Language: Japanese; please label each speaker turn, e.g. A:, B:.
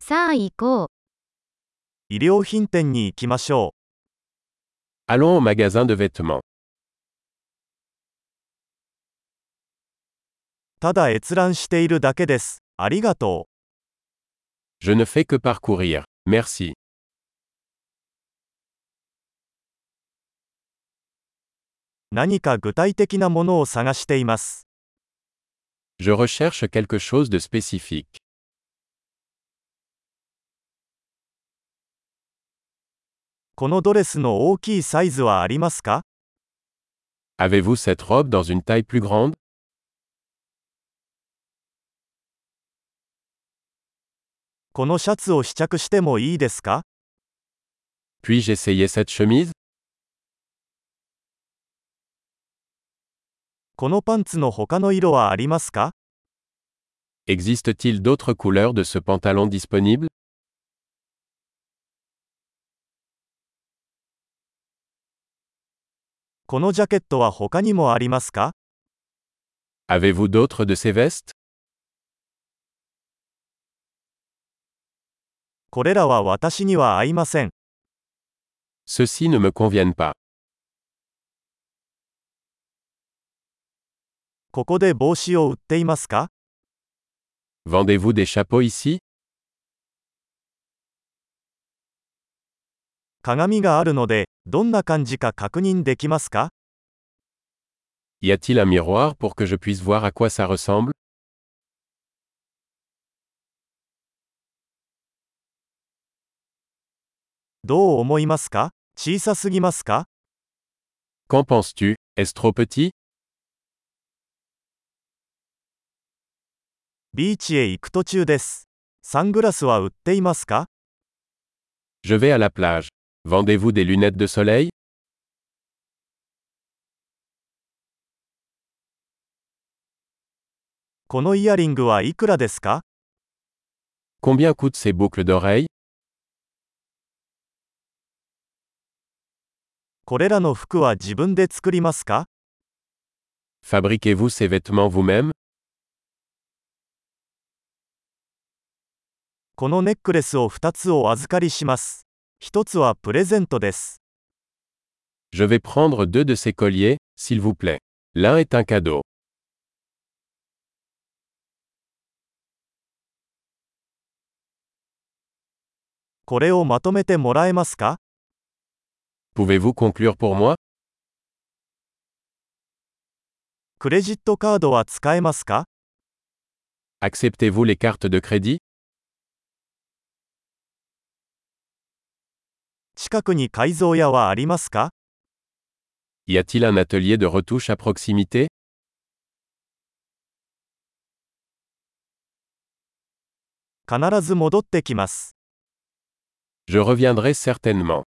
A: さあ行こう。
B: 衣料品店に行きましょ
C: Allons au magasin de vêtements.
B: う。ただ閲覧しているだけです。ありがと
C: Je ne fais que parcourir. Merci.
B: う。何か具体的なものを探しています。
C: Je recherche quelque chose de spécifique.
B: このドレスの大きいサイズはありますか
C: Avez-vous cette robe dans une taille plus grande
B: このシャツを試着してもいいですか
C: Puis-je essayer cette chemise
B: このパンツの他の色はありますか
C: Existe-t-il d'autres couleurs de ce pantalon disponible
B: このジャケットは他にもありますか
C: Avez-vous d'autres de ces vestes
B: これらは私には合いません。
C: Ceux-ci ne me conviennent pas.
B: ここで帽子を売っていますか
C: Vendez-vous des chapeaux ici
B: 鏡があるので、どんな感じか確認できますか
C: Y a-t-il un miroir pour que je puisse voir à quoi ça ressemble
B: どう思いますか小さすぎますか
C: Qu'en penses-tu Est-ce trop petit
B: ビーチへ行く途中です。サングラスは売っていますか
C: Je vais à la plage. Vendez-vous des lunettes de soleil
B: このイヤリングはいくらですか
C: Combien coûtent ces boucles d'oreilles
B: これらの服は自分で作りますか
C: Fabriquez-vous ces vêtements vous-même
B: このネックレスを2つお預かりします。1つはプレゼントです。
C: Je vais prendre deux de ces colliers, s'il vous plaît. L'un est un cadeau.
B: これをまとめてもらえますか
C: Pouvez-vous conclure pour moi
B: クレジットカードは使えますか
C: Acceptez-vous les cartes de crédit
B: 近くに改造屋はありますか
C: Y a-t-il un atelier de retouche à proximité
B: 必ず戻ってきます。
C: Je reviendrai certainement.